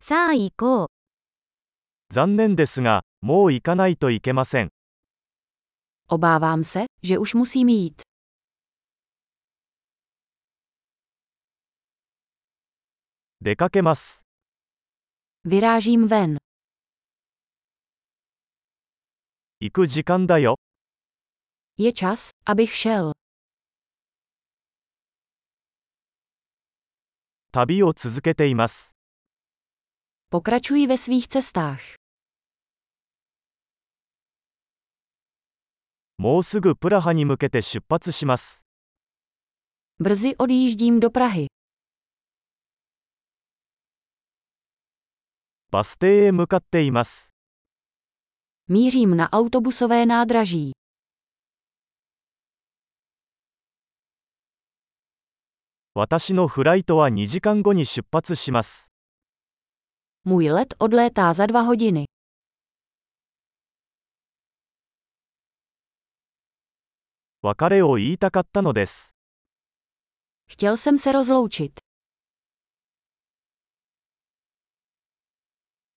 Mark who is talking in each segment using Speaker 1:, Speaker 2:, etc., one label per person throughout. Speaker 1: さあ行こう。
Speaker 2: 残念ですが、もう行かないといけません。
Speaker 3: Obávám se, že už musím jít.
Speaker 2: 出かけます。
Speaker 3: Vyrážím ven.
Speaker 2: 行く時間だよ。
Speaker 3: Je čas, abych šel.
Speaker 2: 旅を続けています。
Speaker 3: Pokračuji ve svých cestách.
Speaker 2: もうすぐプラハに向けて出発します。
Speaker 3: Brzy odjíždím do Prahy.
Speaker 2: バス停へ向かっています。
Speaker 3: Mířím na autobusové nádraží.
Speaker 2: 私のフライトは2時間後に出発します。
Speaker 3: Můj let odlétá za dva hodiny.
Speaker 2: 別れを言いたかったのです。
Speaker 3: Chtěl jsem se rozloučit.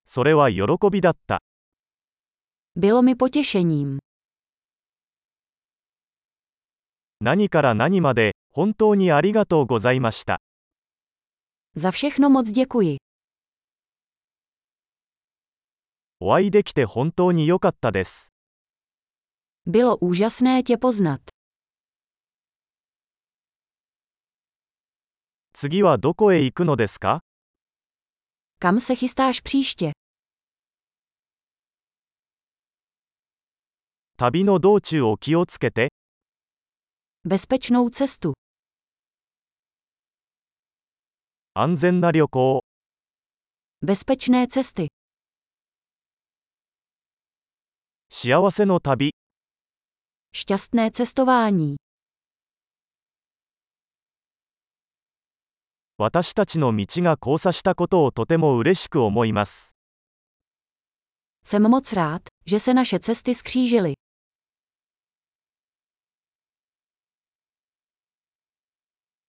Speaker 2: それは喜びだった。
Speaker 3: Bylo mi potěšením.
Speaker 2: 何から何まで、本当にありがとうございました。
Speaker 3: Za všechno moc děkuji.
Speaker 2: お会いできて本当に良かったです。
Speaker 3: Bylo úžasné tě poznat.
Speaker 2: 次はどこへ行くのですか
Speaker 3: Kam se chystáš příště?
Speaker 2: 旅の道中を気をつけて、
Speaker 3: Bezpečnou cestu.
Speaker 2: 安全な旅行を。
Speaker 3: Bezpečné cesty.
Speaker 2: 幸せの旅、
Speaker 3: Šťastné cestování.
Speaker 2: 私たちの道が交差したことをとても嬉しく思います。
Speaker 3: Jsem moc rád, že se naše cesty skřížily.